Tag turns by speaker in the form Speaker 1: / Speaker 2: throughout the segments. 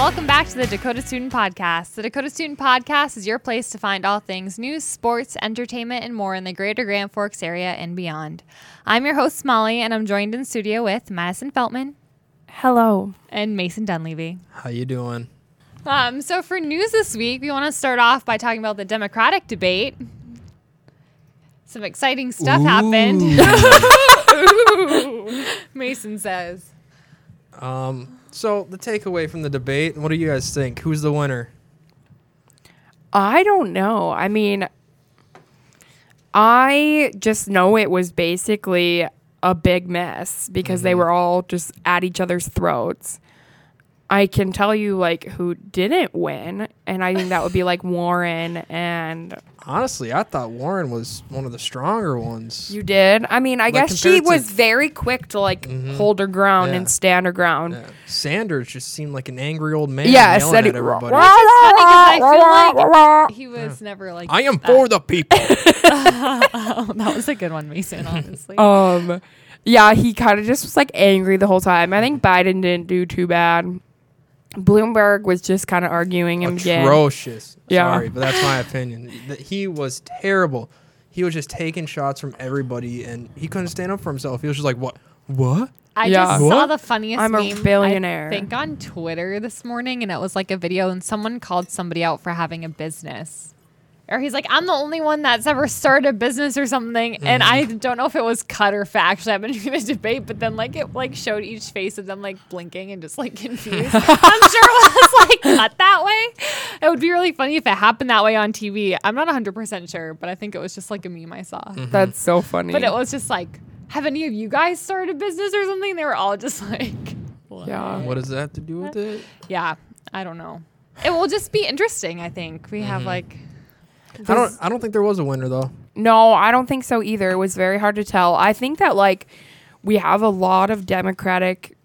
Speaker 1: Welcome back to the Dakota Student Podcast. The Dakota Student Podcast is your place to find all things news, sports, entertainment, and more in the greater Grand Forks area and beyond. I'm your host, Molly, and I'm joined in studio with Madison Feltman
Speaker 2: Hello.
Speaker 1: and Mason Dunleavy.
Speaker 3: How you doing?
Speaker 1: Um, so, for news this week, we want to start off by talking about the Democratic debate. Some exciting stuff happened. Mason says.
Speaker 3: um, so the takeaway from the debate, what do you guys think? Who's the winner?
Speaker 2: I don't know. I mean, I just know it was basically a big mess because they
Speaker 3: Mm-hmm.
Speaker 2: were all just at each other's throats. I can tell you like who didn't win, and I think that would be like Warren and
Speaker 3: Honestly, I thought Warren was one of the stronger ones.
Speaker 2: you did. I mean, I guess she
Speaker 3: compared to- Mm-hmm.
Speaker 2: was very quick to like hold her ground
Speaker 3: Yeah.
Speaker 2: and stand her ground.
Speaker 3: Yeah. Sanders just seemed like an angry old man
Speaker 2: Yes,
Speaker 3: yelling
Speaker 2: that
Speaker 3: at
Speaker 2: it-
Speaker 3: everybody.
Speaker 1: Funny 'cause I feel like he was never like
Speaker 3: I am for the people.
Speaker 1: Oh, that was a good one, Mason, honestly.
Speaker 2: Um, yeah, he kind of just was like angry the whole time. I think Biden didn't do too bad. Bloomberg was just kind of arguing him again.
Speaker 3: Atrocious.
Speaker 2: Yeah.
Speaker 3: Sorry, but that's my opinion. Th- He was terrible. He was just taking shots from everybody, and he couldn't stand up for himself. He was just like, "What? What?"
Speaker 1: I
Speaker 2: Yeah.
Speaker 1: just saw
Speaker 3: What?
Speaker 1: the funniest
Speaker 2: I'm a
Speaker 1: meme,
Speaker 2: billionaire.
Speaker 1: I think on Twitter this morning, and it was like a video, and someone called somebody out for having a business. Or he's like, I'm the only one that's ever started a business or something. And I don't know if it was cut or fact that happened during the debate, but then like it like showed each face of them like blinking and just like confused. I'm sure it was like cut that way. It would be really funny if it happened that way on TV. I'm not 100% sure, but I think it was just like a meme I saw.
Speaker 2: That's so funny.
Speaker 1: But it was just like, have any of you guys started a business or something? They were all just like,
Speaker 2: yeah.
Speaker 3: What does that have to do with it?
Speaker 1: yeah, I don't know. It will just be interesting, I think. We
Speaker 2: Mm-hmm.
Speaker 1: have like,
Speaker 3: I don't. I don't think there was a winner though.
Speaker 2: No, I don't think so either. It was very hard to tell. I think that like we have a lot of Democratic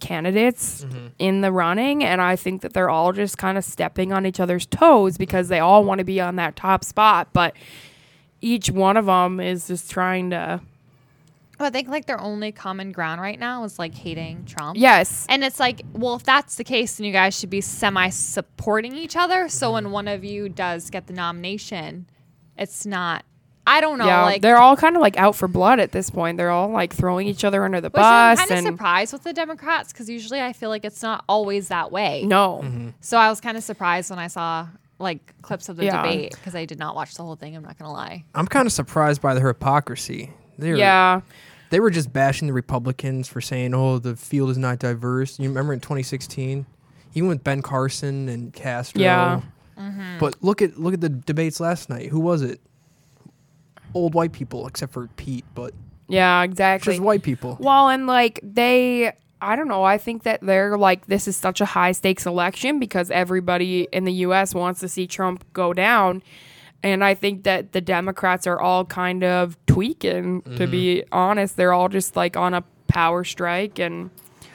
Speaker 2: candidates in the running, and I think that they're all just kind of stepping on each other's toes because they all want to be on that top spot, but each one of them is just trying to.
Speaker 1: I think like their only common ground right now is like hating Trump.
Speaker 2: Yes.
Speaker 1: And it's like, well, if that's the case, then you guys should be semi supporting each other. So when one of you does get the nomination, it's not, I don't know.
Speaker 2: yeah,
Speaker 1: like,
Speaker 2: they're all kind of like out for blood at this point. They're all like throwing each other under the
Speaker 1: which I'm
Speaker 2: bus
Speaker 1: kind of
Speaker 2: and
Speaker 1: surprised with the Democrats because usually I feel like it's not always that way.
Speaker 2: no.
Speaker 3: Mm-hmm.
Speaker 1: So I was kind of surprised when I saw like clips of the
Speaker 2: Yeah.
Speaker 1: debate because I did not watch the whole thing. I'm not gonna lie.
Speaker 3: I'm kind of surprised by the hypocrisy. They were,
Speaker 2: Yeah,
Speaker 3: they were just bashing the Republicans for saying, "Oh, the field is not diverse." You remember in 2016, even with Ben Carson and Castro.
Speaker 2: Yeah.
Speaker 3: But look at look at the debates last night. Who was it? Old white people, except for Pete, but
Speaker 2: yeah, exactly.
Speaker 3: just white people.
Speaker 2: Well, and like they, I don't know. I think that they're like, this is such a high stakes election because everybody in the U.S. wants to see Trump go down. And I think that the Democrats are all kind of tweaking,
Speaker 3: Mm-hmm.
Speaker 2: to be honest. They're all just like on a power strike. And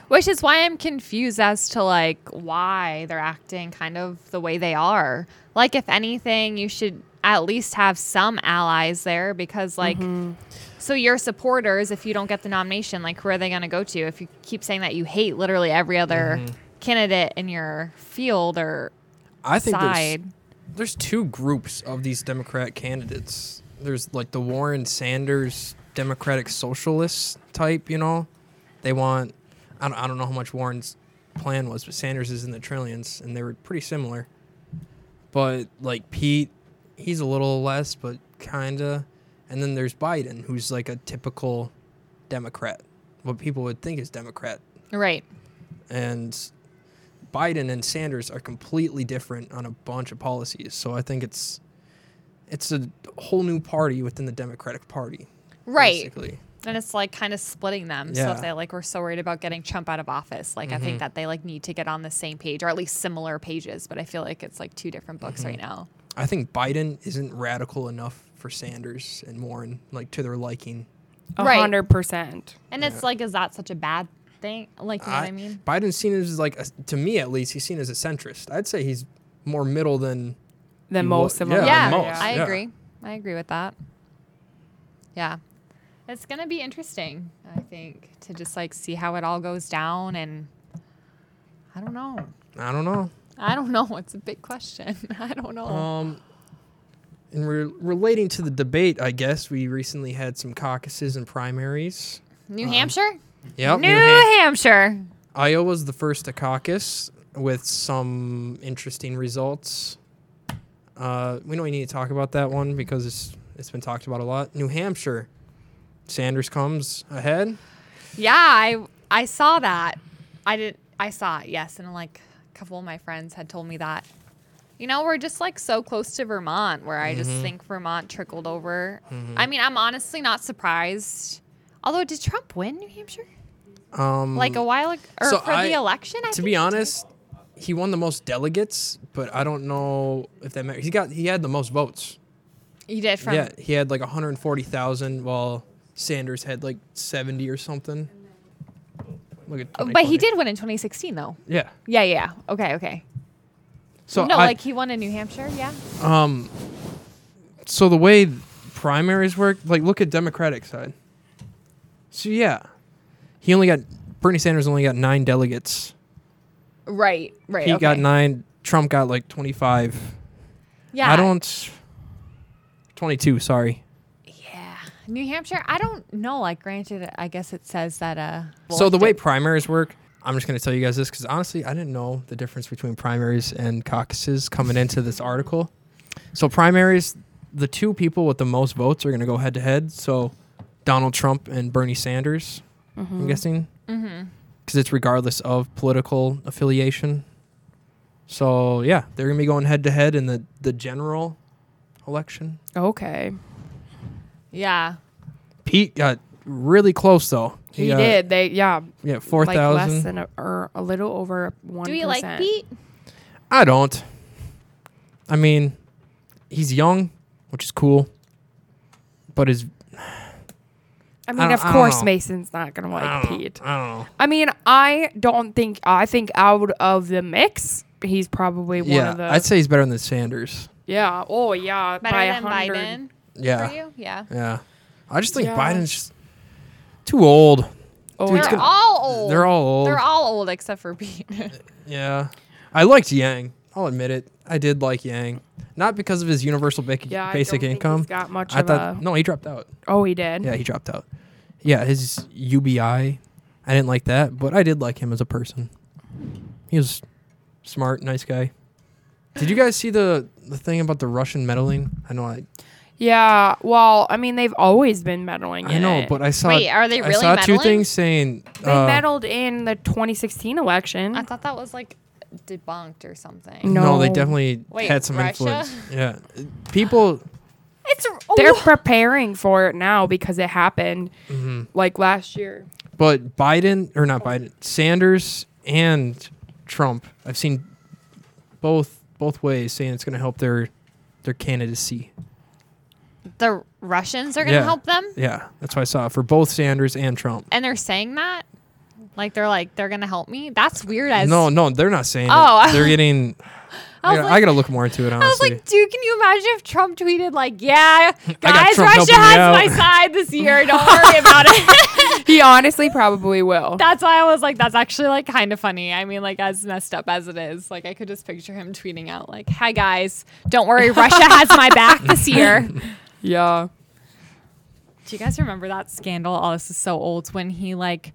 Speaker 1: Which is why I'm confused as to like why they're acting kind of the way they are. Like if anything, you should at least have some allies there because like so your supporters, if you don't get the nomination, like where are they gonna go to? If you keep saying that you hate literally every other candidate in your field or
Speaker 3: I think there's,
Speaker 1: side.
Speaker 3: there's two groups of these Democrat candidates. There's like the Warren Sanders Democratic Socialist type, you know. They want I don't, I don't know how much Warren's plan was, but Sanders is in the trillions and they were pretty similar. But like Pete, he's a little less, but kind of. And then there's Biden, who's like a typical Democrat, what people would think is Democrat
Speaker 1: Right.
Speaker 3: and Biden and Sanders are completely different on a bunch of policies. So I think it's it's a whole new party within the Democratic Party.
Speaker 1: Right.
Speaker 3: Basically.
Speaker 1: And it's like kind of splitting them. So if
Speaker 3: Yeah. Mm-hmm.
Speaker 1: they like were so worried about getting Trump out of office, like I think that they like need to get on the same page or at least similar pages. But I feel like it's like two different books
Speaker 3: Mm-hmm.
Speaker 1: right now.
Speaker 3: I think Biden isn't radical enough for Sanders and Warren, like to their liking.
Speaker 2: a
Speaker 1: Right.
Speaker 2: 100%.
Speaker 1: And it's like, is that such a bad thing? Like, you know what I mean?
Speaker 3: Biden's seen as like a, to me at least, he's seen as a centrist. I'd say he's more middle than
Speaker 2: Than
Speaker 3: You
Speaker 2: most
Speaker 3: will-
Speaker 2: of them.
Speaker 3: yeah,
Speaker 1: Yeah,
Speaker 3: most,
Speaker 1: I
Speaker 3: yeah.
Speaker 1: agree. I agree with that. Yeah. It's going to be interesting, I think, to just like see how it all goes down. And I don't know.
Speaker 3: I don't know.
Speaker 1: I don't know. It's a big question. I don't know.
Speaker 3: Um, and re- relating to the debate, I guess we recently had some caucuses and primaries.
Speaker 1: New Hampshire?
Speaker 3: Yep.
Speaker 1: New
Speaker 3: Ham-
Speaker 1: Hampshire.
Speaker 3: Iowa's the first to caucus with some interesting results. Uh, we don't need to talk about that one because it's it's been talked about a lot. New Hampshire, Sanders comes ahead.
Speaker 1: Yeah, I I saw that. I did I saw it, yes, and like a couple of my friends had told me that. You know, we're just like so close to Vermont where I
Speaker 3: Mm-hmm.
Speaker 1: just think Vermont trickled over. I mean, I'm honestly not surprised. Although did Trump win New Hampshire?
Speaker 3: Um,
Speaker 1: Like a while ago or
Speaker 3: So
Speaker 1: for
Speaker 3: I-
Speaker 1: the election? I
Speaker 3: to
Speaker 1: think
Speaker 3: be
Speaker 1: he did.
Speaker 3: honest, he won the most delegates, but I don't know if that matters. He got he had the most votes.
Speaker 1: He did from
Speaker 3: Yeah, he had like 140,000 while Sanders had like 70 or something. Look at
Speaker 1: Oh, But he
Speaker 3: 2020.
Speaker 1: did win in 2016 though.
Speaker 3: Yeah.
Speaker 1: Yeah, yeah. Okay, okay.
Speaker 3: So
Speaker 1: no,
Speaker 3: I-
Speaker 1: like he won in New Hampshire, yeah.
Speaker 3: um so the way primaries work, like look at Democratic side. So yeah. He only got Bernie Sanders only got 9 delegates.
Speaker 1: Right, right.
Speaker 3: He got 9, Trump got like 25.
Speaker 1: Yeah.
Speaker 3: I don't 22, sorry.
Speaker 1: Yeah. New Hampshire, I don't know. Like, granted, I guess it says that. uh
Speaker 3: So the way
Speaker 1: Wolf
Speaker 3: primaries work, I'm just going to tell you guys this because honestly, I didn't know the difference between primaries and caucuses coming into this article. So primaries, the two people with the most votes are going to go head to head. So Donald Trump and Bernie Sanders,
Speaker 2: Mm-hmm.
Speaker 3: I'm guessing, because it's regardless of political affiliation. So yeah, they're going to be going head to head in the the general election.
Speaker 2: Okay.
Speaker 1: did- yeah.
Speaker 3: Pete got really close though.
Speaker 2: He
Speaker 3: got-
Speaker 2: did. They yeah,
Speaker 3: Yeah, four
Speaker 2: like less
Speaker 3: thousand.
Speaker 2: than a, or a little over one.
Speaker 1: Do you like Pete?
Speaker 3: I don't. I mean, he's young, which is cool. But his
Speaker 2: I
Speaker 3: I
Speaker 2: mean,
Speaker 3: don't-
Speaker 2: of
Speaker 3: I don't
Speaker 2: course
Speaker 3: know.
Speaker 2: Mason's not gonna
Speaker 3: I
Speaker 2: like
Speaker 3: don't know.
Speaker 2: Pete.
Speaker 3: I don't know.
Speaker 2: I mean, I don't think I think out of the mix, he's probably one
Speaker 3: yeah,
Speaker 2: of the
Speaker 3: I'd say he's better than Sanders.
Speaker 2: yeah. Oh yeah,
Speaker 1: Better
Speaker 2: by a
Speaker 1: than
Speaker 2: hundred.
Speaker 1: Biden for
Speaker 3: Yeah,
Speaker 1: you? Yeah.
Speaker 3: yeah. I just think
Speaker 2: Yeah.
Speaker 3: Biden's just too old.
Speaker 2: Oh
Speaker 3: Dude,
Speaker 1: They're
Speaker 3: it's
Speaker 2: yeah.
Speaker 3: gonna-
Speaker 1: all old.
Speaker 3: They're all old.
Speaker 1: They're all old except for Pete.
Speaker 3: yeah, I liked Yang. I'll admit it. I did like Yang, not because of his universal ba-
Speaker 2: Yeah, I
Speaker 3: basic
Speaker 2: don't think
Speaker 3: income.
Speaker 2: he's got much
Speaker 3: I
Speaker 2: of
Speaker 3: thought
Speaker 2: a.
Speaker 3: no, he dropped out.
Speaker 2: Oh, he did.
Speaker 3: Yeah, he dropped out. Yeah, his UBI, I didn't like that, but I did like him as a person. He was smart, nice guy. Did you guys see the the thing about the Russian meddling? I know I
Speaker 2: Yeah, well, I mean, they've always been meddling.
Speaker 3: I
Speaker 2: in
Speaker 3: know,
Speaker 2: it.
Speaker 3: but I saw
Speaker 1: Wait, are they
Speaker 3: I
Speaker 1: really
Speaker 3: saw two
Speaker 1: meddling?
Speaker 3: things saying
Speaker 2: they
Speaker 3: uh,
Speaker 2: meddled in the 2016 election.
Speaker 1: I thought that was like debunked or something.
Speaker 2: No.
Speaker 3: No, they definitely
Speaker 1: Wait,
Speaker 3: had some
Speaker 1: Russia?
Speaker 3: influence. Yeah. People
Speaker 1: It's oh,
Speaker 2: They're preparing for it now because it happened
Speaker 3: Mm-hmm.
Speaker 2: like last year.
Speaker 3: But Biden, or not Biden, Sanders and Trump, I've seen both both ways saying it's going to help their their candidacy.
Speaker 1: the Russians are going to
Speaker 3: Yeah.
Speaker 1: help them,
Speaker 3: Yeah, that's what I saw for both Sanders and Trump.
Speaker 1: and they're saying that, like they're like they're going to help me. That's weird. As
Speaker 3: No, no, they're not saying.
Speaker 1: Oh.
Speaker 3: it. they're getting. I,
Speaker 1: was
Speaker 3: gotta,
Speaker 1: like-
Speaker 3: I gotta look more into it.
Speaker 1: I was
Speaker 3: Honestly,
Speaker 1: like, dude, can you imagine if Trump tweeted like, "Yeah, guys,
Speaker 3: Trump
Speaker 1: Russia
Speaker 3: helping me
Speaker 1: has
Speaker 3: out."
Speaker 1: my side this year. Don't worry about it."
Speaker 2: He honestly probably will.
Speaker 1: that's why I was like, "That's actually like kind of funny." I mean, like as messed up as it is, like I could just picture him tweeting out like, "Hi guys, don't worry, Russia has my back this year."
Speaker 2: yeah.
Speaker 1: Do you guys remember that scandal? Oh, this is so old. When he like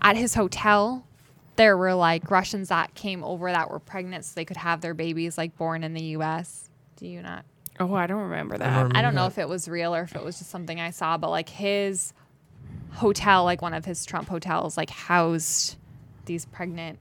Speaker 1: at his hotel, there were like Russians that came over that were pregnant, so they could have their babies like born in the U.S. Do you not?
Speaker 2: Oh, I don't remember that.
Speaker 3: remember-
Speaker 1: I don't know
Speaker 3: Yeah.
Speaker 1: if it was real or if it was just something I saw, but like his hotel, like one of his Trump hotels, like housed these pregnant.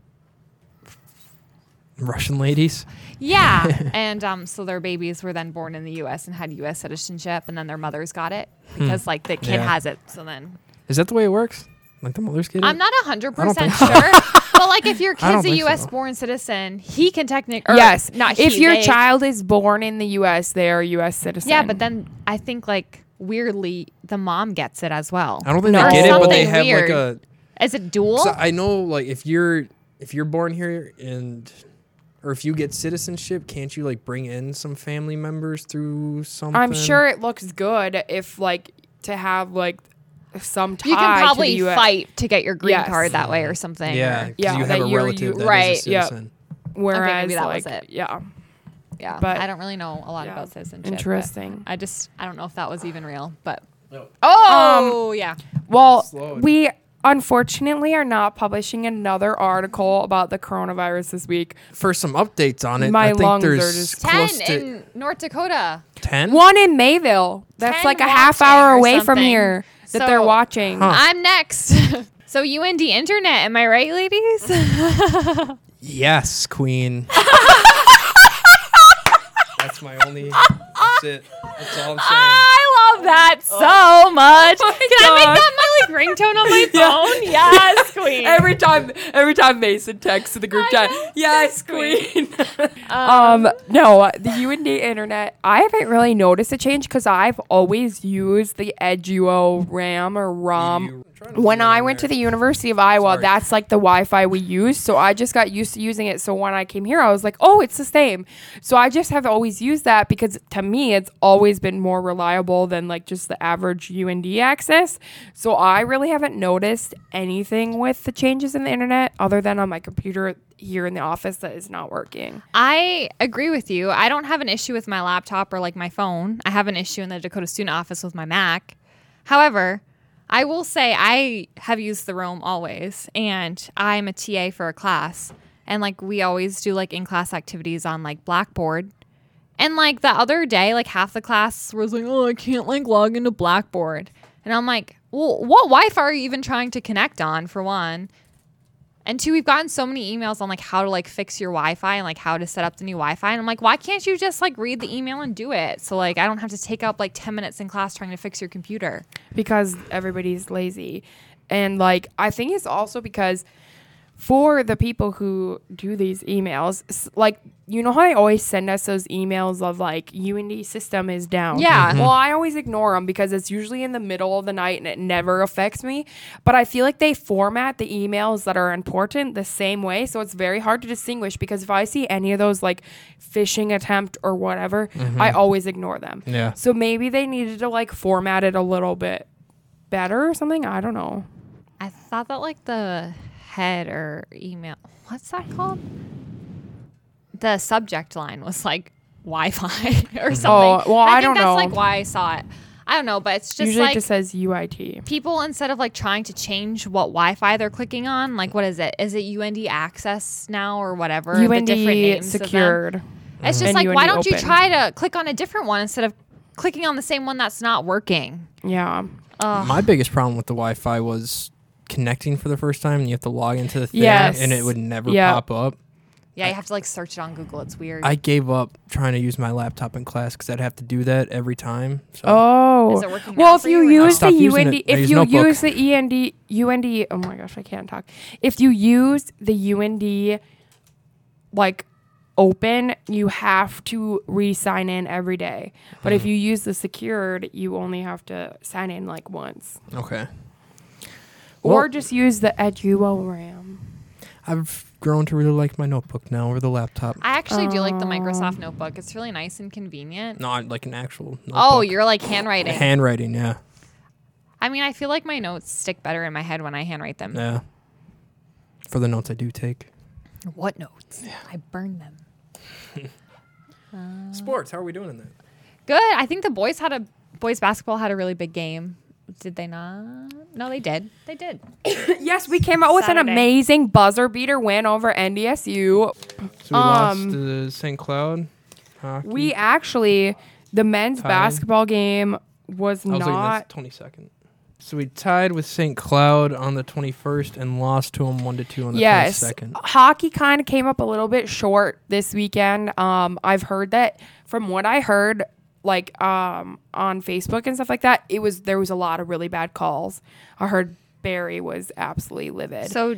Speaker 3: Russian ladies.
Speaker 1: Yeah. and um, so their babies were then born in the US and had US citizenship, and then their mothers got it because like the kid
Speaker 3: Yeah.
Speaker 1: has it. So then
Speaker 3: Is that the way it works? Like the mothers get it.
Speaker 1: I'm not 100%
Speaker 3: think
Speaker 1: sure. but like if your
Speaker 3: I don't
Speaker 1: kid's a
Speaker 3: think
Speaker 1: US
Speaker 3: so.
Speaker 1: born citizen, he can technically.
Speaker 2: yes.
Speaker 1: Not
Speaker 2: if
Speaker 1: he,
Speaker 2: your
Speaker 1: they-
Speaker 2: child is born in the U.S., they are a U.S. citizen.
Speaker 1: Yeah, but then I think like weirdly, the mom gets it as well.
Speaker 3: I don't think
Speaker 2: No.
Speaker 3: they get it, but they
Speaker 1: Something
Speaker 3: have like
Speaker 1: weird.
Speaker 3: a.
Speaker 1: Is it dual?
Speaker 3: 'cause I know, like if you're if you're born here and. Or if you get citizenship, can't you like bring in some family members through something?
Speaker 2: I'm sure it looks good if like to have like some tie
Speaker 1: you can
Speaker 2: to
Speaker 1: probably
Speaker 2: the US.
Speaker 1: fight to get your green
Speaker 2: Yes.
Speaker 1: card that way or something. or-
Speaker 3: Yeah, 'cause
Speaker 2: Yeah,
Speaker 3: you
Speaker 2: that
Speaker 3: have a
Speaker 2: you're-
Speaker 3: relative
Speaker 2: you-
Speaker 3: that is
Speaker 1: right,
Speaker 3: a
Speaker 2: yep.
Speaker 3: citizen.
Speaker 2: Whereas,
Speaker 1: that
Speaker 2: like,
Speaker 1: was it.
Speaker 2: yeah,
Speaker 1: Yeah,
Speaker 2: But-
Speaker 1: I don't really know a lot
Speaker 2: yeah.
Speaker 1: about citizenship. but
Speaker 2: Interesting.
Speaker 1: I just I don't know if that was even real, but
Speaker 3: No.
Speaker 1: oh yeah,
Speaker 2: Well,
Speaker 3: Slow.
Speaker 2: we unfortunately are not publishing another article about the coronavirus this week.
Speaker 3: For some updates on it,
Speaker 2: My
Speaker 3: I think
Speaker 2: lungs
Speaker 3: there's
Speaker 2: are just-
Speaker 1: ten
Speaker 3: close to
Speaker 1: in North Dakota.
Speaker 3: 10?
Speaker 2: One in Mayville. That's
Speaker 1: Ten
Speaker 2: like a half
Speaker 1: watching
Speaker 2: hour
Speaker 1: or
Speaker 2: away from
Speaker 1: something.
Speaker 2: here that
Speaker 1: So-
Speaker 2: they're watching.
Speaker 3: Huh.
Speaker 1: I'm next. so UND Internet, am I right, ladies?
Speaker 3: Yes, queen. that's my only. That's it. That's all I'm
Speaker 1: I love that so
Speaker 3: Oh.
Speaker 1: much. Can I
Speaker 2: God.
Speaker 1: make that my like ringtone on my phone? Yes, queen.
Speaker 2: Every time, every time Mason texts the group
Speaker 1: I
Speaker 2: chat,
Speaker 1: know.
Speaker 2: yes, queen. um, no, the UND internet. I haven't really noticed a change because I've always used the Eduo RAM or ROM.
Speaker 3: You- I'm trying to
Speaker 2: Um, when
Speaker 3: figure
Speaker 2: I
Speaker 3: out
Speaker 2: went to
Speaker 3: where-
Speaker 2: the University of Iowa,
Speaker 3: Sorry.
Speaker 2: that's like the Wi-Fi we use. So I just got used to using it. So when I came here, I was like, oh, it's the same. So I just have always used that because to me, it's always been more reliable than like just the average UND access. So I really haven't noticed anything with the changes in the internet other than on my computer here in the office that is not working.
Speaker 1: I agree with you. I don't have an issue with my laptop or like my phone. I have an issue in the Dakota student office with my Mac. However, I will say I have used the roam always, and I'm a TA for a class, and like we always do like in class activities on like Blackboard. And like the other day, like half the class was like, "Oh, I can't like log into Blackboard," and I'm like, "Well, what Wi-Fi are you even trying to connect on for one?" And two, we've gotten so many emails on like how to like fix your Wi-Fi and like how to set up the new Wi-Fi. And I'm like, why can't you just like read the email and do it? So like I don't have to take up like ten minutes in class trying to fix your computer.
Speaker 2: because everybody's lazy. And like I think it's also because for the people who do these emails, s- like you know how they always send us those emails of like UND system is down.
Speaker 1: Yeah. Mhm.
Speaker 2: Well, I always ignore them because it's usually in the middle of the night and it never affects me. But I feel like they format the emails that are important the same way, so it's very hard to distinguish because if I see any of those like phishing attempt or whatever, I always ignore them.
Speaker 3: Yeah.
Speaker 2: So maybe they needed to like format it a little bit better or something. I don't know.
Speaker 1: I thought that like the head or email, what's that called? The subject line was like Wi-Fi or something.
Speaker 2: Oh, well,
Speaker 1: And
Speaker 2: I
Speaker 1: think
Speaker 2: don't
Speaker 1: that's
Speaker 2: know.
Speaker 1: like why I saw it. I don't know, but it's just
Speaker 2: Usually
Speaker 1: like
Speaker 2: it just says UIT.
Speaker 1: people instead of like trying to change what Wi-Fi they're clicking on, like what is it? Is it UND Access now or whatever? the different
Speaker 2: UND
Speaker 1: names of them?
Speaker 2: secured.
Speaker 1: It's just
Speaker 2: And
Speaker 1: like
Speaker 2: UND
Speaker 1: why don't you
Speaker 2: opened.
Speaker 1: try to click on a different one instead of clicking on the same one that's not working?
Speaker 2: Yeah.
Speaker 3: My biggest problem with the Wi-Fi was connecting for the first time, and you have to log into the thing,
Speaker 2: Yes.
Speaker 3: and it would never
Speaker 2: Yeah.
Speaker 3: pop up.
Speaker 1: Yeah, you have to like search it on Google. It's weird.
Speaker 3: I gave up trying to use my laptop in class because I'd have to do that every time. So
Speaker 2: Oh.
Speaker 1: Is it working now
Speaker 2: well, if
Speaker 1: for
Speaker 2: you
Speaker 1: you or not?
Speaker 2: use the
Speaker 3: Stop using
Speaker 2: UND,
Speaker 3: it. I
Speaker 2: if
Speaker 3: use
Speaker 2: you
Speaker 3: Notebook.
Speaker 2: use the E END, UND, oh my gosh, I can't talk. If you use the UND, like, open, you have to re sign in every day. But
Speaker 3: Hmm.
Speaker 2: if you use the secured, you only have to sign in like once.
Speaker 3: okay,
Speaker 2: or
Speaker 3: Well-
Speaker 2: just use the Eduo RAM.
Speaker 3: I've grown to really like my notebook now over the laptop.
Speaker 1: I actually do like the Microsoft Notebook. It's really nice and convenient.
Speaker 3: Not like an actual. Notebook.
Speaker 1: Oh, you're like handwriting.
Speaker 3: handwriting. Yeah,
Speaker 1: I mean, I feel like my notes stick better in my head when I handwrite them.
Speaker 3: yeah. For the notes I do take.
Speaker 1: What notes? I burn them.
Speaker 3: Sports. How are we doing in that?
Speaker 1: Good. I think the boys had a boys basketball had a really big game. Did they not? No, they did. They did.
Speaker 2: Yes, we came out with an
Speaker 1: Saturday.
Speaker 2: amazing buzzer beater win over NDSU.
Speaker 3: So
Speaker 2: Um,
Speaker 3: we lost to St. Cloud. Hockey.
Speaker 2: We actually, the men's
Speaker 3: Tied.
Speaker 2: basketball game was
Speaker 3: I was looking at
Speaker 2: not.
Speaker 3: twenty second. So we tied with St. Cloud on the twenty first and lost to them one to two on the twenty second.
Speaker 2: Yes, Oh, hockey kind of came up a little bit short this weekend. Um, I've heard that from what I heard, like um, on Facebook and stuff like that, it was there was a lot of really bad calls. I heard Barry was absolutely livid.
Speaker 1: So,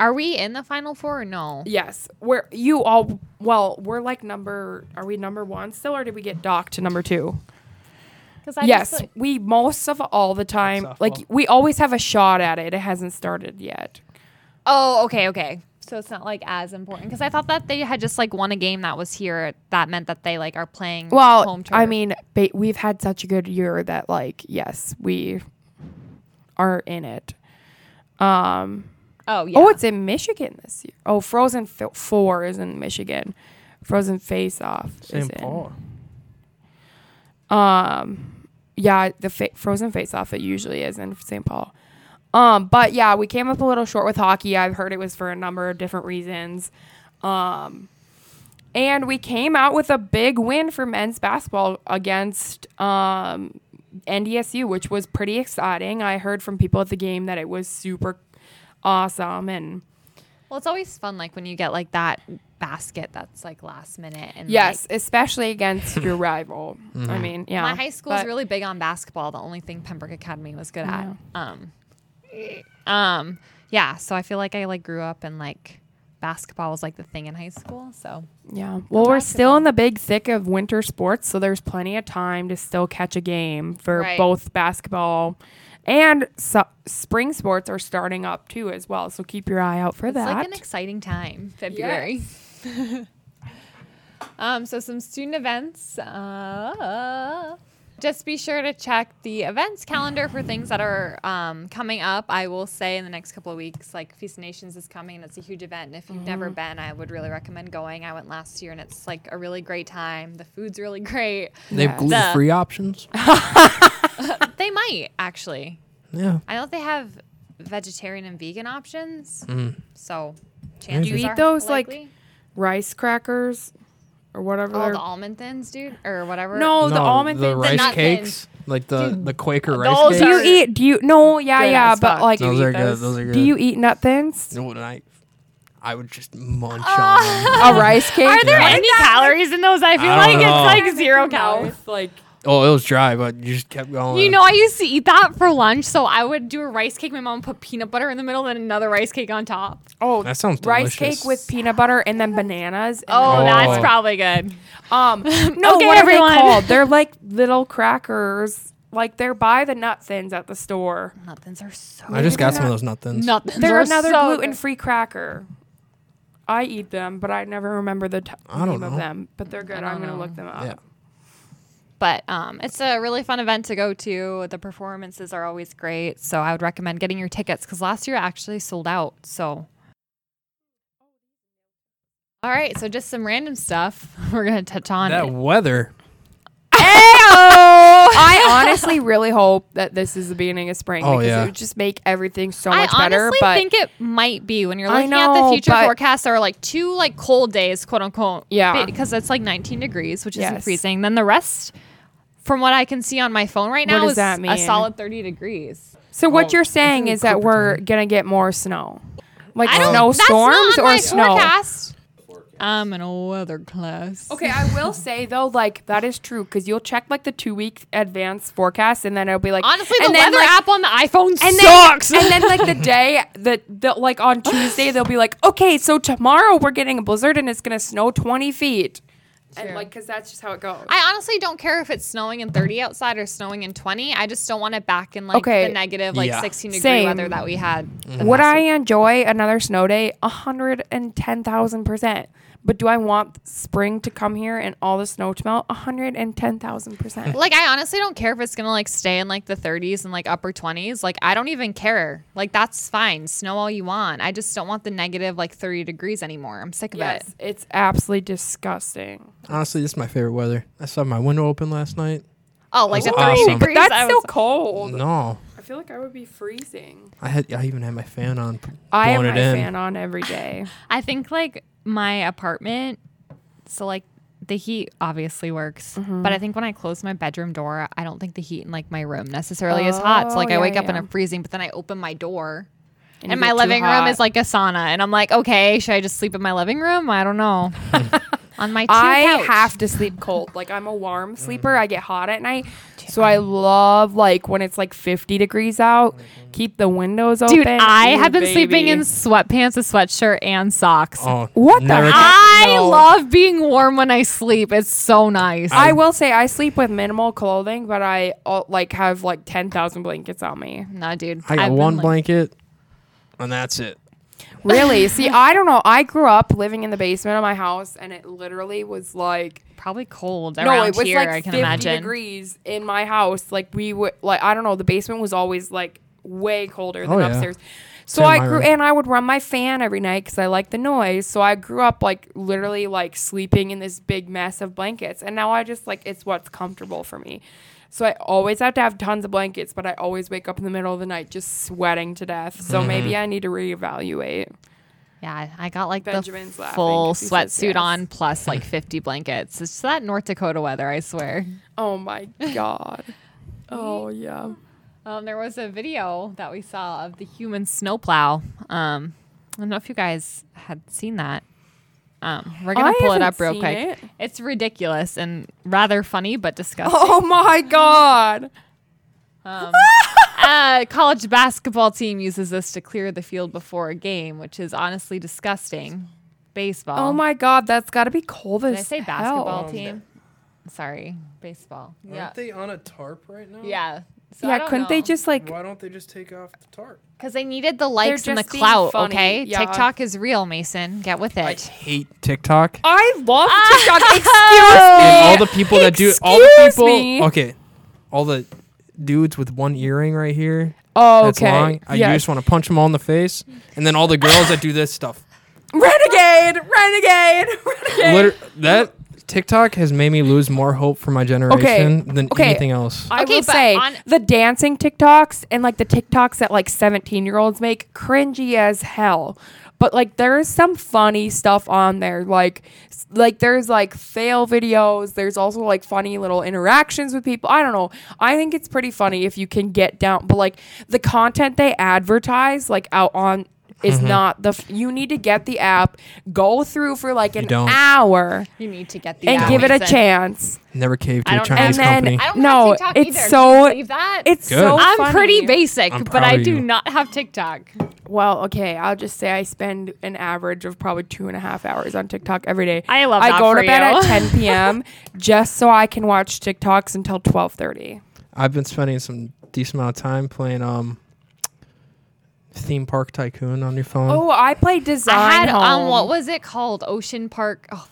Speaker 1: are we in the final four or no?
Speaker 2: Yes. We're you all well, we're like number are we number one still or did we get docked to number two?
Speaker 1: 'Cause I
Speaker 2: yes.
Speaker 1: just, like-
Speaker 2: we most of all the time
Speaker 3: Softball.
Speaker 2: like we always have a shot at it. It hasn't started yet.
Speaker 1: Oh, okay, okay. So it's not like as important because I thought that they had just like won a game that was here. That meant that they like are playing.
Speaker 2: Well,
Speaker 1: home turf.
Speaker 2: I mean, ba- we've had such a good year that like yes, we are in it. Um
Speaker 1: Oh yeah.
Speaker 2: Oh, it's in Michigan this year. Oh, Frozen Fi- Four is in Michigan. Frozen Face Off. is
Speaker 3: St.
Speaker 2: in-
Speaker 3: Paul.
Speaker 2: Um, yeah, the fa- Frozen Face Off it usually is in St. Paul. Um, but yeah, we came up a little short with hockey. I've heard it was for a number of different reasons. Um, and we came out with a big win for men's basketball against um, NDSU, which was pretty exciting. I heard from people at the game that it was super awesome and.
Speaker 1: well, it's always fun like when you get like that basket that's like last minute and
Speaker 2: Yes, especially against your rival. I mean, yeah.
Speaker 1: like, my high school was
Speaker 2: but-
Speaker 1: really big on basketball. The only thing Pembroke Academy was good at. Um, um, yeah. So I feel like I like grew up and like basketball was like the thing in high school. So
Speaker 2: Yeah. Well, we're still
Speaker 1: basketball.
Speaker 2: in the big thick of winter sports, so there's plenty of time to still catch a game for
Speaker 1: Right.
Speaker 2: both basketball and su- spring sports are starting up too as well. So keep your eye out for
Speaker 1: It's
Speaker 2: that.
Speaker 1: like an exciting time, February. um, so some student events. Uh, just be sure to check the events calendar for things that are um, coming up. I will say in the next couple of weeks, like Feast of Nations is coming, and it's a huge event. And if you've never
Speaker 2: Mm-hmm.
Speaker 1: been, I would really recommend going. I went last year, and it's like a really great time. The food's really great.
Speaker 3: They
Speaker 2: Yes.
Speaker 3: have gluten free options.
Speaker 1: they might actually.
Speaker 3: Yeah.
Speaker 1: I know they have vegetarian and vegan options.
Speaker 2: Mm.
Speaker 1: So,
Speaker 3: Do
Speaker 1: chances
Speaker 3: you
Speaker 2: eat
Speaker 1: are
Speaker 2: those, like,
Speaker 1: likely.
Speaker 2: Rice crackers or whatever.
Speaker 1: All
Speaker 2: they're-
Speaker 1: Oh, the almond thins, dude, or whatever.
Speaker 2: no, the almond
Speaker 3: the
Speaker 2: things.
Speaker 1: They're
Speaker 3: rice
Speaker 1: not
Speaker 3: cakes, like the the Quaker
Speaker 1: those
Speaker 3: rice cakes.
Speaker 2: do you
Speaker 1: are
Speaker 2: eat? Do you no? Yeah,
Speaker 1: good
Speaker 2: yeah,
Speaker 1: as
Speaker 2: but
Speaker 1: fuck.
Speaker 2: like,
Speaker 3: Those
Speaker 2: do you
Speaker 3: are
Speaker 2: eat
Speaker 3: good, those are
Speaker 2: Do
Speaker 3: good.
Speaker 2: you eat nut thins?
Speaker 3: You know what I, I would just munch on. them.
Speaker 2: a rice cake?
Speaker 1: Are there
Speaker 3: Yeah.
Speaker 1: any calories in those? I feel
Speaker 3: I
Speaker 1: like
Speaker 3: don't know.
Speaker 1: it's like zero calories.
Speaker 2: Like
Speaker 3: Oh, it was dry, but you just kept going.
Speaker 1: You know, I used to eat that for lunch, so I would do a rice cake. My mom put peanut butter in the middle, then another rice cake on top.
Speaker 2: oh,
Speaker 3: That sounds
Speaker 2: rice
Speaker 3: delicious.
Speaker 2: cake with peanut butter and then bananas. and
Speaker 1: Oh,
Speaker 3: Oh.
Speaker 1: that's probably good.
Speaker 2: Um, no,
Speaker 1: Okay,
Speaker 2: what
Speaker 1: everyone.
Speaker 2: are they called? They're like little crackers. Like they're by the nut thins at the store.
Speaker 1: Nothings are so.
Speaker 3: I just got some of those nut thins.
Speaker 1: Nothings.
Speaker 2: They're
Speaker 1: are
Speaker 2: another
Speaker 1: so good.
Speaker 2: gluten-free cracker. I eat them, but I never remember the t-
Speaker 3: I don't
Speaker 2: name of
Speaker 3: know.
Speaker 2: them. But they're good.
Speaker 1: don't
Speaker 2: I'm gonna
Speaker 1: know.
Speaker 2: look them up.
Speaker 3: Yeah.
Speaker 1: But um, it's a really fun event to go to. The performances are always great, so I would recommend getting your tickets because last year actually sold out. So, all right, so just some random stuff we're gonna touch on.
Speaker 3: That weather.
Speaker 2: I honestly really hope that this is the beginning of spring
Speaker 3: Oh,
Speaker 2: because
Speaker 3: yeah.
Speaker 2: it would just make everything so
Speaker 1: I
Speaker 2: much better.
Speaker 1: honestly
Speaker 2: But
Speaker 1: think it might be when you're
Speaker 2: I
Speaker 1: looking at the
Speaker 2: know,
Speaker 1: future
Speaker 2: but-
Speaker 1: forecast. There are like two like cold days, quote unquote.
Speaker 2: Yeah.
Speaker 1: because it's like 19 degrees, which isn't
Speaker 2: Yes.
Speaker 1: freezing. Then the rest, from what I can see on my phone right
Speaker 2: What
Speaker 1: now,
Speaker 2: does
Speaker 1: is
Speaker 2: that
Speaker 1: a
Speaker 2: mean?
Speaker 1: solid 30 degrees.
Speaker 2: so what
Speaker 3: Oh,
Speaker 2: you're saying
Speaker 3: it's
Speaker 2: is that
Speaker 3: Cooper
Speaker 2: we're gonna get more snow, like
Speaker 1: I don't.
Speaker 2: snow
Speaker 1: Um, that's
Speaker 2: storms
Speaker 1: not on
Speaker 2: or
Speaker 1: my
Speaker 2: snow.
Speaker 1: Forecast. Mm. I'm in a weather class.
Speaker 2: Okay, I will say though, like that is true because you'll check like the two week advance forecast, and then it'll be like
Speaker 1: Honestly, the
Speaker 2: and then,
Speaker 1: weather
Speaker 2: like,
Speaker 1: app on the iPhone
Speaker 2: and
Speaker 1: sucks.
Speaker 2: Then, and then like the day that the, like on Tuesday they'll be like, okay, so tomorrow we're getting a blizzard and it's gonna snow twenty feet, and
Speaker 1: True.
Speaker 2: like because that's just how it goes.
Speaker 1: I honestly don't care if it's snowing in 30 outside or snowing in 20. I just don't want it back in like
Speaker 2: Okay.
Speaker 1: the negative like
Speaker 3: Yeah. Mm.
Speaker 1: 16 degree
Speaker 2: Same.
Speaker 1: weather that we had. the
Speaker 2: Would
Speaker 1: past
Speaker 2: I enjoy another snow day? A hundred and ten thousand percent. But do I want spring to come here and all the snow to melt? A hundred and ten thousand percent.
Speaker 1: Like I honestly don't care if it's gonna like stay in like the 30s and like upper 20s. Like I don't even care. Like that's fine. Snow all you want. I just don't want the negative like 30 degrees anymore. I'm sick of
Speaker 2: Yes,
Speaker 1: it.
Speaker 2: it's absolutely disgusting.
Speaker 3: Honestly, this is my favorite weather. I saw my window open last night.
Speaker 1: Oh, like the 30
Speaker 3: Awesome. But
Speaker 1: degrees. I
Speaker 2: That's so
Speaker 1: was-
Speaker 2: cold.
Speaker 3: No,
Speaker 2: I feel like I would be freezing.
Speaker 3: I had I even had my fan on. p-
Speaker 2: I am
Speaker 3: blowing
Speaker 2: my
Speaker 3: it in.
Speaker 2: fan on every day.
Speaker 1: I think like my apartment. So like the heat obviously works,
Speaker 2: Mm-hmm.
Speaker 1: but I think when I close my bedroom door, I don't think the heat in like my room necessarily is hot. So
Speaker 2: Oh,
Speaker 1: like I
Speaker 2: yeah,
Speaker 1: wake up and
Speaker 2: yeah.
Speaker 1: I'm freezing, but then I open my door. And,
Speaker 2: you
Speaker 1: my
Speaker 2: get too
Speaker 1: living room
Speaker 2: hot.
Speaker 1: is like a sauna, and I'm like, okay, should I just sleep in my living room? I don't know. On my two
Speaker 2: I
Speaker 1: couch.
Speaker 2: have to sleep cold. Like I'm a warm sleeper. I get hot at night. So I love like when it's like 50 degrees out. Keep the windows open.
Speaker 1: Dude, I
Speaker 2: Ooh,
Speaker 1: have been sleeping
Speaker 2: baby.
Speaker 1: in sweatpants, a sweatshirt, and socks.
Speaker 3: Oh,
Speaker 2: What the
Speaker 3: never-
Speaker 2: heck?
Speaker 1: I
Speaker 2: No.
Speaker 1: love being warm when I sleep. It's so nice.
Speaker 2: I will say I sleep with minimal clothing, but I uh, like have like 10,000 blankets on me.
Speaker 1: nah, dude.
Speaker 3: I got
Speaker 1: I've been,
Speaker 3: one
Speaker 1: like-
Speaker 3: blanket, and that's it.
Speaker 2: Really? See, I don't know. I grew up living in the basement of my house and it literally was like
Speaker 1: Probably cold around here. I can imagine.
Speaker 2: degrees in my house. Like we would, like I don't know. The basement was always like way colder than
Speaker 3: Oh, yeah.
Speaker 2: upstairs. So
Speaker 3: Fan
Speaker 2: I
Speaker 3: my
Speaker 2: grew,
Speaker 3: room.
Speaker 2: and I would run my fan every night because I like the noise. So I grew up like literally like sleeping in this big mess of blankets, and now I just like it's what's comfortable for me. So I always have to have tons of blankets, but I always wake up in the middle of the night just sweating to death. So
Speaker 1: Mm-hmm.
Speaker 2: maybe I need to reevaluate.
Speaker 1: Yeah, I got like
Speaker 2: Benjamin's
Speaker 1: the
Speaker 2: laughing
Speaker 1: full
Speaker 2: 'cause he says
Speaker 1: sweatsuit
Speaker 2: yes.
Speaker 1: on plus like 50 blankets. It's that North Dakota weather, I swear.
Speaker 2: Oh my god. Oh yeah.
Speaker 1: Um, there was a video that we saw of the human snowplow. Um, I don't know if you guys had seen that. Um, we're gonna
Speaker 2: I
Speaker 1: pull it
Speaker 2: haven't
Speaker 1: up real
Speaker 2: seen
Speaker 1: quick.
Speaker 2: it.
Speaker 1: It's ridiculous and rather funny, but disgusting.
Speaker 2: Oh my god.
Speaker 1: uh, college basketball team uses this to clear the field before a game, which is honestly disgusting. Baseball.
Speaker 2: Oh my god. That's got to be cold as
Speaker 1: Um, Did I say basketball
Speaker 2: hell.
Speaker 1: team? Sorry, baseball. Yeah.
Speaker 3: Aren't they on a tarp right now?
Speaker 1: Yeah. So I
Speaker 2: Yeah.
Speaker 1: don't
Speaker 2: Couldn't they
Speaker 1: know.
Speaker 2: just like?
Speaker 3: Why don't they just take off the tarp?
Speaker 1: Because they needed the likes and the
Speaker 2: just being
Speaker 1: clout,
Speaker 2: funny.
Speaker 1: okay?
Speaker 2: Yeah.
Speaker 1: TikTok is real, Mason. Get with
Speaker 3: I
Speaker 1: it.
Speaker 3: hate TikTok.
Speaker 2: I love
Speaker 1: Ah!
Speaker 2: TikTok.
Speaker 3: and all
Speaker 2: Excuse me.
Speaker 3: the people that do all the
Speaker 2: Excuse
Speaker 3: people
Speaker 2: me.
Speaker 3: okay all the dudes with one earring right here
Speaker 2: Oh,
Speaker 3: that's
Speaker 2: okay.
Speaker 3: long i
Speaker 2: Yes.
Speaker 3: just want to punch them all in the face and then all the girls that do this stuff
Speaker 2: renegade, renegade, renegade.
Speaker 3: Liter- that tiktok has made me lose more hope for my generation than
Speaker 2: okay.
Speaker 3: anything else
Speaker 2: I
Speaker 1: Okay,
Speaker 2: will
Speaker 1: but
Speaker 2: say
Speaker 1: on-
Speaker 2: the dancing TikToks and like the TikToks that like 17 year olds make cringy as hell. But like there is some funny stuff on there. Like s- like there's like fail videos. There's also like funny little interactions with people. I don't know. I think it's pretty funny if you can get down but like the content they advertise like out on is
Speaker 3: Mm-hmm.
Speaker 2: not the f- you need to get the app, go through for like an
Speaker 3: don't.
Speaker 2: hour
Speaker 1: You need to get the
Speaker 2: and
Speaker 1: app,
Speaker 2: give it a
Speaker 1: Mason.
Speaker 2: chance.
Speaker 3: never caved to
Speaker 1: I
Speaker 3: a
Speaker 1: don't-
Speaker 3: chinese
Speaker 2: and then-
Speaker 3: company
Speaker 1: I don't
Speaker 2: No,
Speaker 1: have TikTok
Speaker 2: it's
Speaker 1: either. Can
Speaker 2: so-
Speaker 1: you believe that?
Speaker 2: It's
Speaker 3: Good.
Speaker 2: so
Speaker 1: I'm
Speaker 2: funny.
Speaker 1: pretty basic,
Speaker 3: I'm
Speaker 1: but
Speaker 3: proud
Speaker 1: I
Speaker 3: of
Speaker 1: do
Speaker 3: you.
Speaker 1: not have TikTok.
Speaker 2: Well, okay, I'll just say I spend an average of probably two and a half hours on TikTok every day.
Speaker 1: I love
Speaker 2: I
Speaker 1: that
Speaker 2: go
Speaker 1: for
Speaker 2: to bed
Speaker 1: you.
Speaker 2: at 10 p.m. just so I can watch TikToks until 12:30.
Speaker 3: i've been spending some decent amount of time playing um theme park tycoon on your phone
Speaker 2: Oh, I play design.
Speaker 1: I had um,
Speaker 2: Home.
Speaker 1: what was it called? Ocean Park. Oh,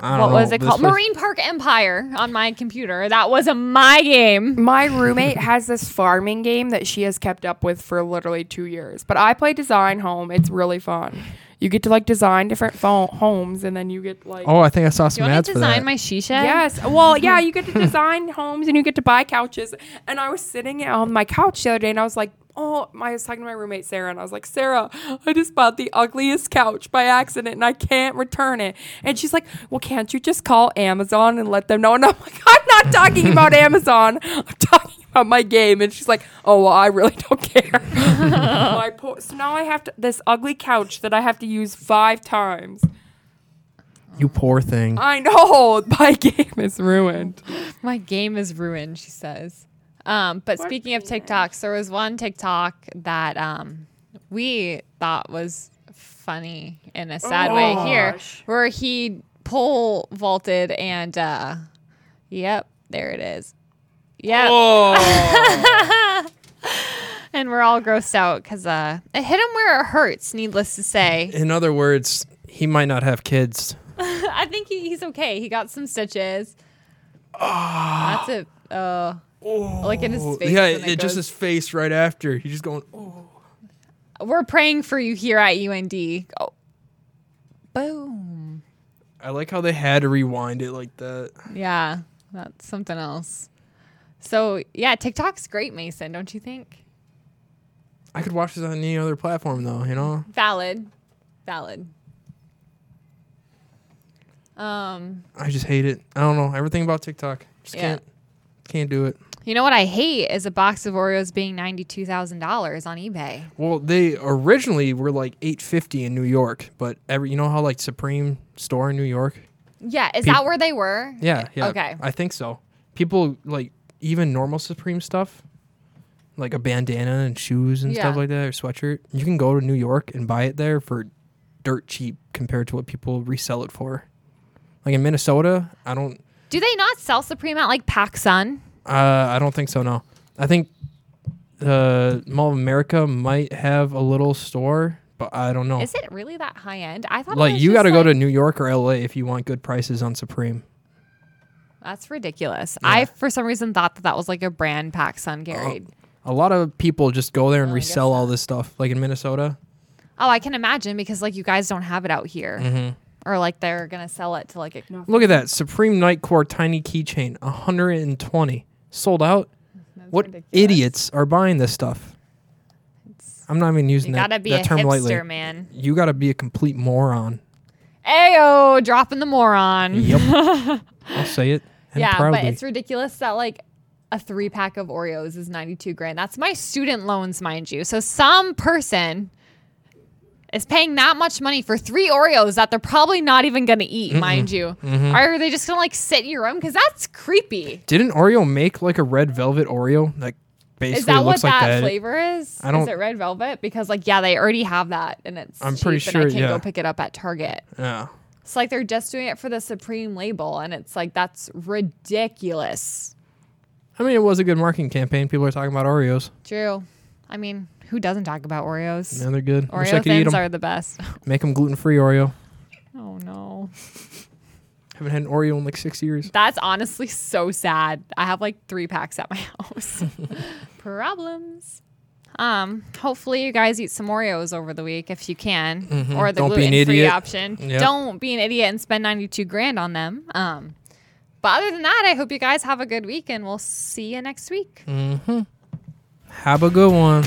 Speaker 3: I
Speaker 1: what
Speaker 3: don't
Speaker 1: was
Speaker 3: know,
Speaker 1: it
Speaker 3: this
Speaker 1: called? Marine Park Empire on my computer. That was a my game.
Speaker 2: my roommate has this farming game that she has kept up with for literally two years. But I play design home. It's really fun. You get to like design different fo- homes, and then you get like
Speaker 3: oh i think i saw
Speaker 1: Do
Speaker 3: some
Speaker 1: you want
Speaker 3: ads
Speaker 1: to
Speaker 3: for that
Speaker 1: design my shisha?
Speaker 2: Yes. Well, yeah, you get to design homes and you get to buy couches. And I was sitting on my couch the other day and I was like, oh, I was talking to my roommate Sarah and I was like, Sarah, I just bought the ugliest couch by accident and I can't return it. And she's like, well, can't you just call Amazon and let them know? And I'm like, I'm not talking about Amazon. I'm talking about my game. And she's like, oh, well, I really don't care. my po- so now I have to, this ugly couch that I have to use five times.
Speaker 3: you poor thing
Speaker 1: Uh,
Speaker 2: I know my game is ruined.
Speaker 1: My game is ruined, she says. Um, but speaking of TikToks, there was one TikTok that um, we thought was funny in a sad way here,
Speaker 2: gosh.
Speaker 1: where he pole vaulted and, uh, yep, there it is. Yep. and we're all grossed out because uh, it hit him where it hurts, needless to say.
Speaker 3: in other words he might not have kids
Speaker 1: I think he, he's okay. He got some stitches. That's it. Uh, Like in his face.
Speaker 3: Yeah,
Speaker 1: and
Speaker 3: it,
Speaker 1: it
Speaker 3: just
Speaker 1: goes-
Speaker 3: his face right after. He's just going, oh.
Speaker 1: We're praying for you here at UND. Oh. Boom.
Speaker 3: I like how they had to rewind it like that.
Speaker 1: Yeah, that's something else. So, yeah, TikTok's great, Mason, don't you think?
Speaker 3: I could watch this on any other platform though, you know?
Speaker 1: Valid. Valid. Um,
Speaker 3: I just hate it. I don't know. Everything about TikTok. Just
Speaker 1: Yeah.
Speaker 3: can't can't do it.
Speaker 1: you know what I hate is a box of Oreos being $92,000 on eBay.
Speaker 3: Well, they originally were like eight fifty in New York, but every you know how like Supreme store in New York?
Speaker 1: Yeah, is
Speaker 3: Peop-
Speaker 1: that where they were?
Speaker 3: Yeah, yeah.
Speaker 1: Okay.
Speaker 3: I think so. People like even normal Supreme stuff, like a bandana and shoes and stuff
Speaker 1: Yeah.
Speaker 3: like that, or sweatshirt. You can go to New York and buy it there for dirt cheap compared to what people resell it for. Like in Minnesota, I don't,
Speaker 1: Do they not sell Supreme at like PacSun?
Speaker 3: uh, I don't think so. No, I think uh, Mall of America might have a little store, but I don't know.
Speaker 1: Is it really that high end? I thought it
Speaker 3: Oh. like
Speaker 1: was
Speaker 3: you
Speaker 1: just,
Speaker 3: got to go
Speaker 1: like-
Speaker 3: to New York or LA if you want good prices on Supreme.
Speaker 1: That's ridiculous.
Speaker 3: Yeah.
Speaker 1: I, for some reason, thought that that was like a brand PacSun carried.
Speaker 3: A lot of people just go there and
Speaker 1: Oh, I guess
Speaker 3: resell all this stuff, like in Minnesota.
Speaker 1: Oh, I can imagine because like you guys don't have it out here,
Speaker 3: Mm-hmm.
Speaker 1: or like they're gonna sell it to like. A,
Speaker 3: Look at that Supreme Night Core tiny keychain, 120 sold out. what
Speaker 1: ridiculous.
Speaker 3: idiots are buying this stuff? I'm not even using
Speaker 1: You
Speaker 3: that,
Speaker 1: gotta be a
Speaker 3: that term
Speaker 1: hipster,
Speaker 3: lightly.
Speaker 1: man.
Speaker 3: You gotta be a complete moron.
Speaker 1: Ayo, dropping the moron.
Speaker 3: Yep, I'll say it. And
Speaker 1: yeah,
Speaker 3: proudly.
Speaker 1: but it's ridiculous that like a three pack of Oreos is 92 grand. That's my student loans, mind you. So some person is paying that much money for three Oreos that they're probably not even going to eat, mind you.
Speaker 3: Mm-hmm.
Speaker 1: Are they just going to like sit in your room? Because that's creepy.
Speaker 3: Didn't Oreo make like a red velvet Oreo? Like basically
Speaker 1: Is that what
Speaker 3: looks
Speaker 1: that,
Speaker 3: like that.
Speaker 1: flavor is?
Speaker 3: I don't-
Speaker 1: is it red velvet? Because like yeah, they already have that, and it's
Speaker 3: I'm pretty
Speaker 1: cheap
Speaker 3: sure,
Speaker 1: and I can't
Speaker 3: yeah.
Speaker 1: go pick it up at Target.
Speaker 3: Yeah.
Speaker 1: It's like they're just doing it for the Supreme label, and it's like that's ridiculous.
Speaker 3: I mean, it was a good marketing campaign. People are talking about Oreos.
Speaker 1: True. I mean, who doesn't talk about Oreos?
Speaker 3: Yeah, they're good. Wish I
Speaker 1: Oreo
Speaker 3: could eat
Speaker 1: thins
Speaker 3: them.
Speaker 1: are the best.
Speaker 3: Make them gluten free Oreo.
Speaker 1: Oh no.
Speaker 3: Haven't had an Oreo in like six years.
Speaker 1: That's honestly so sad. I have like 3 packs at my house. Problems. Um, hopefully you guys eat some Oreos over the week if you can or the
Speaker 3: Mm-hmm. Don't be an
Speaker 1: gluten-free
Speaker 3: idiot.
Speaker 1: option.
Speaker 3: Yep.
Speaker 1: Don't be an idiot and spend 92 grand on them. Um, but other than that, I hope you guys have a good week and we'll see you next week.
Speaker 3: Have a good one.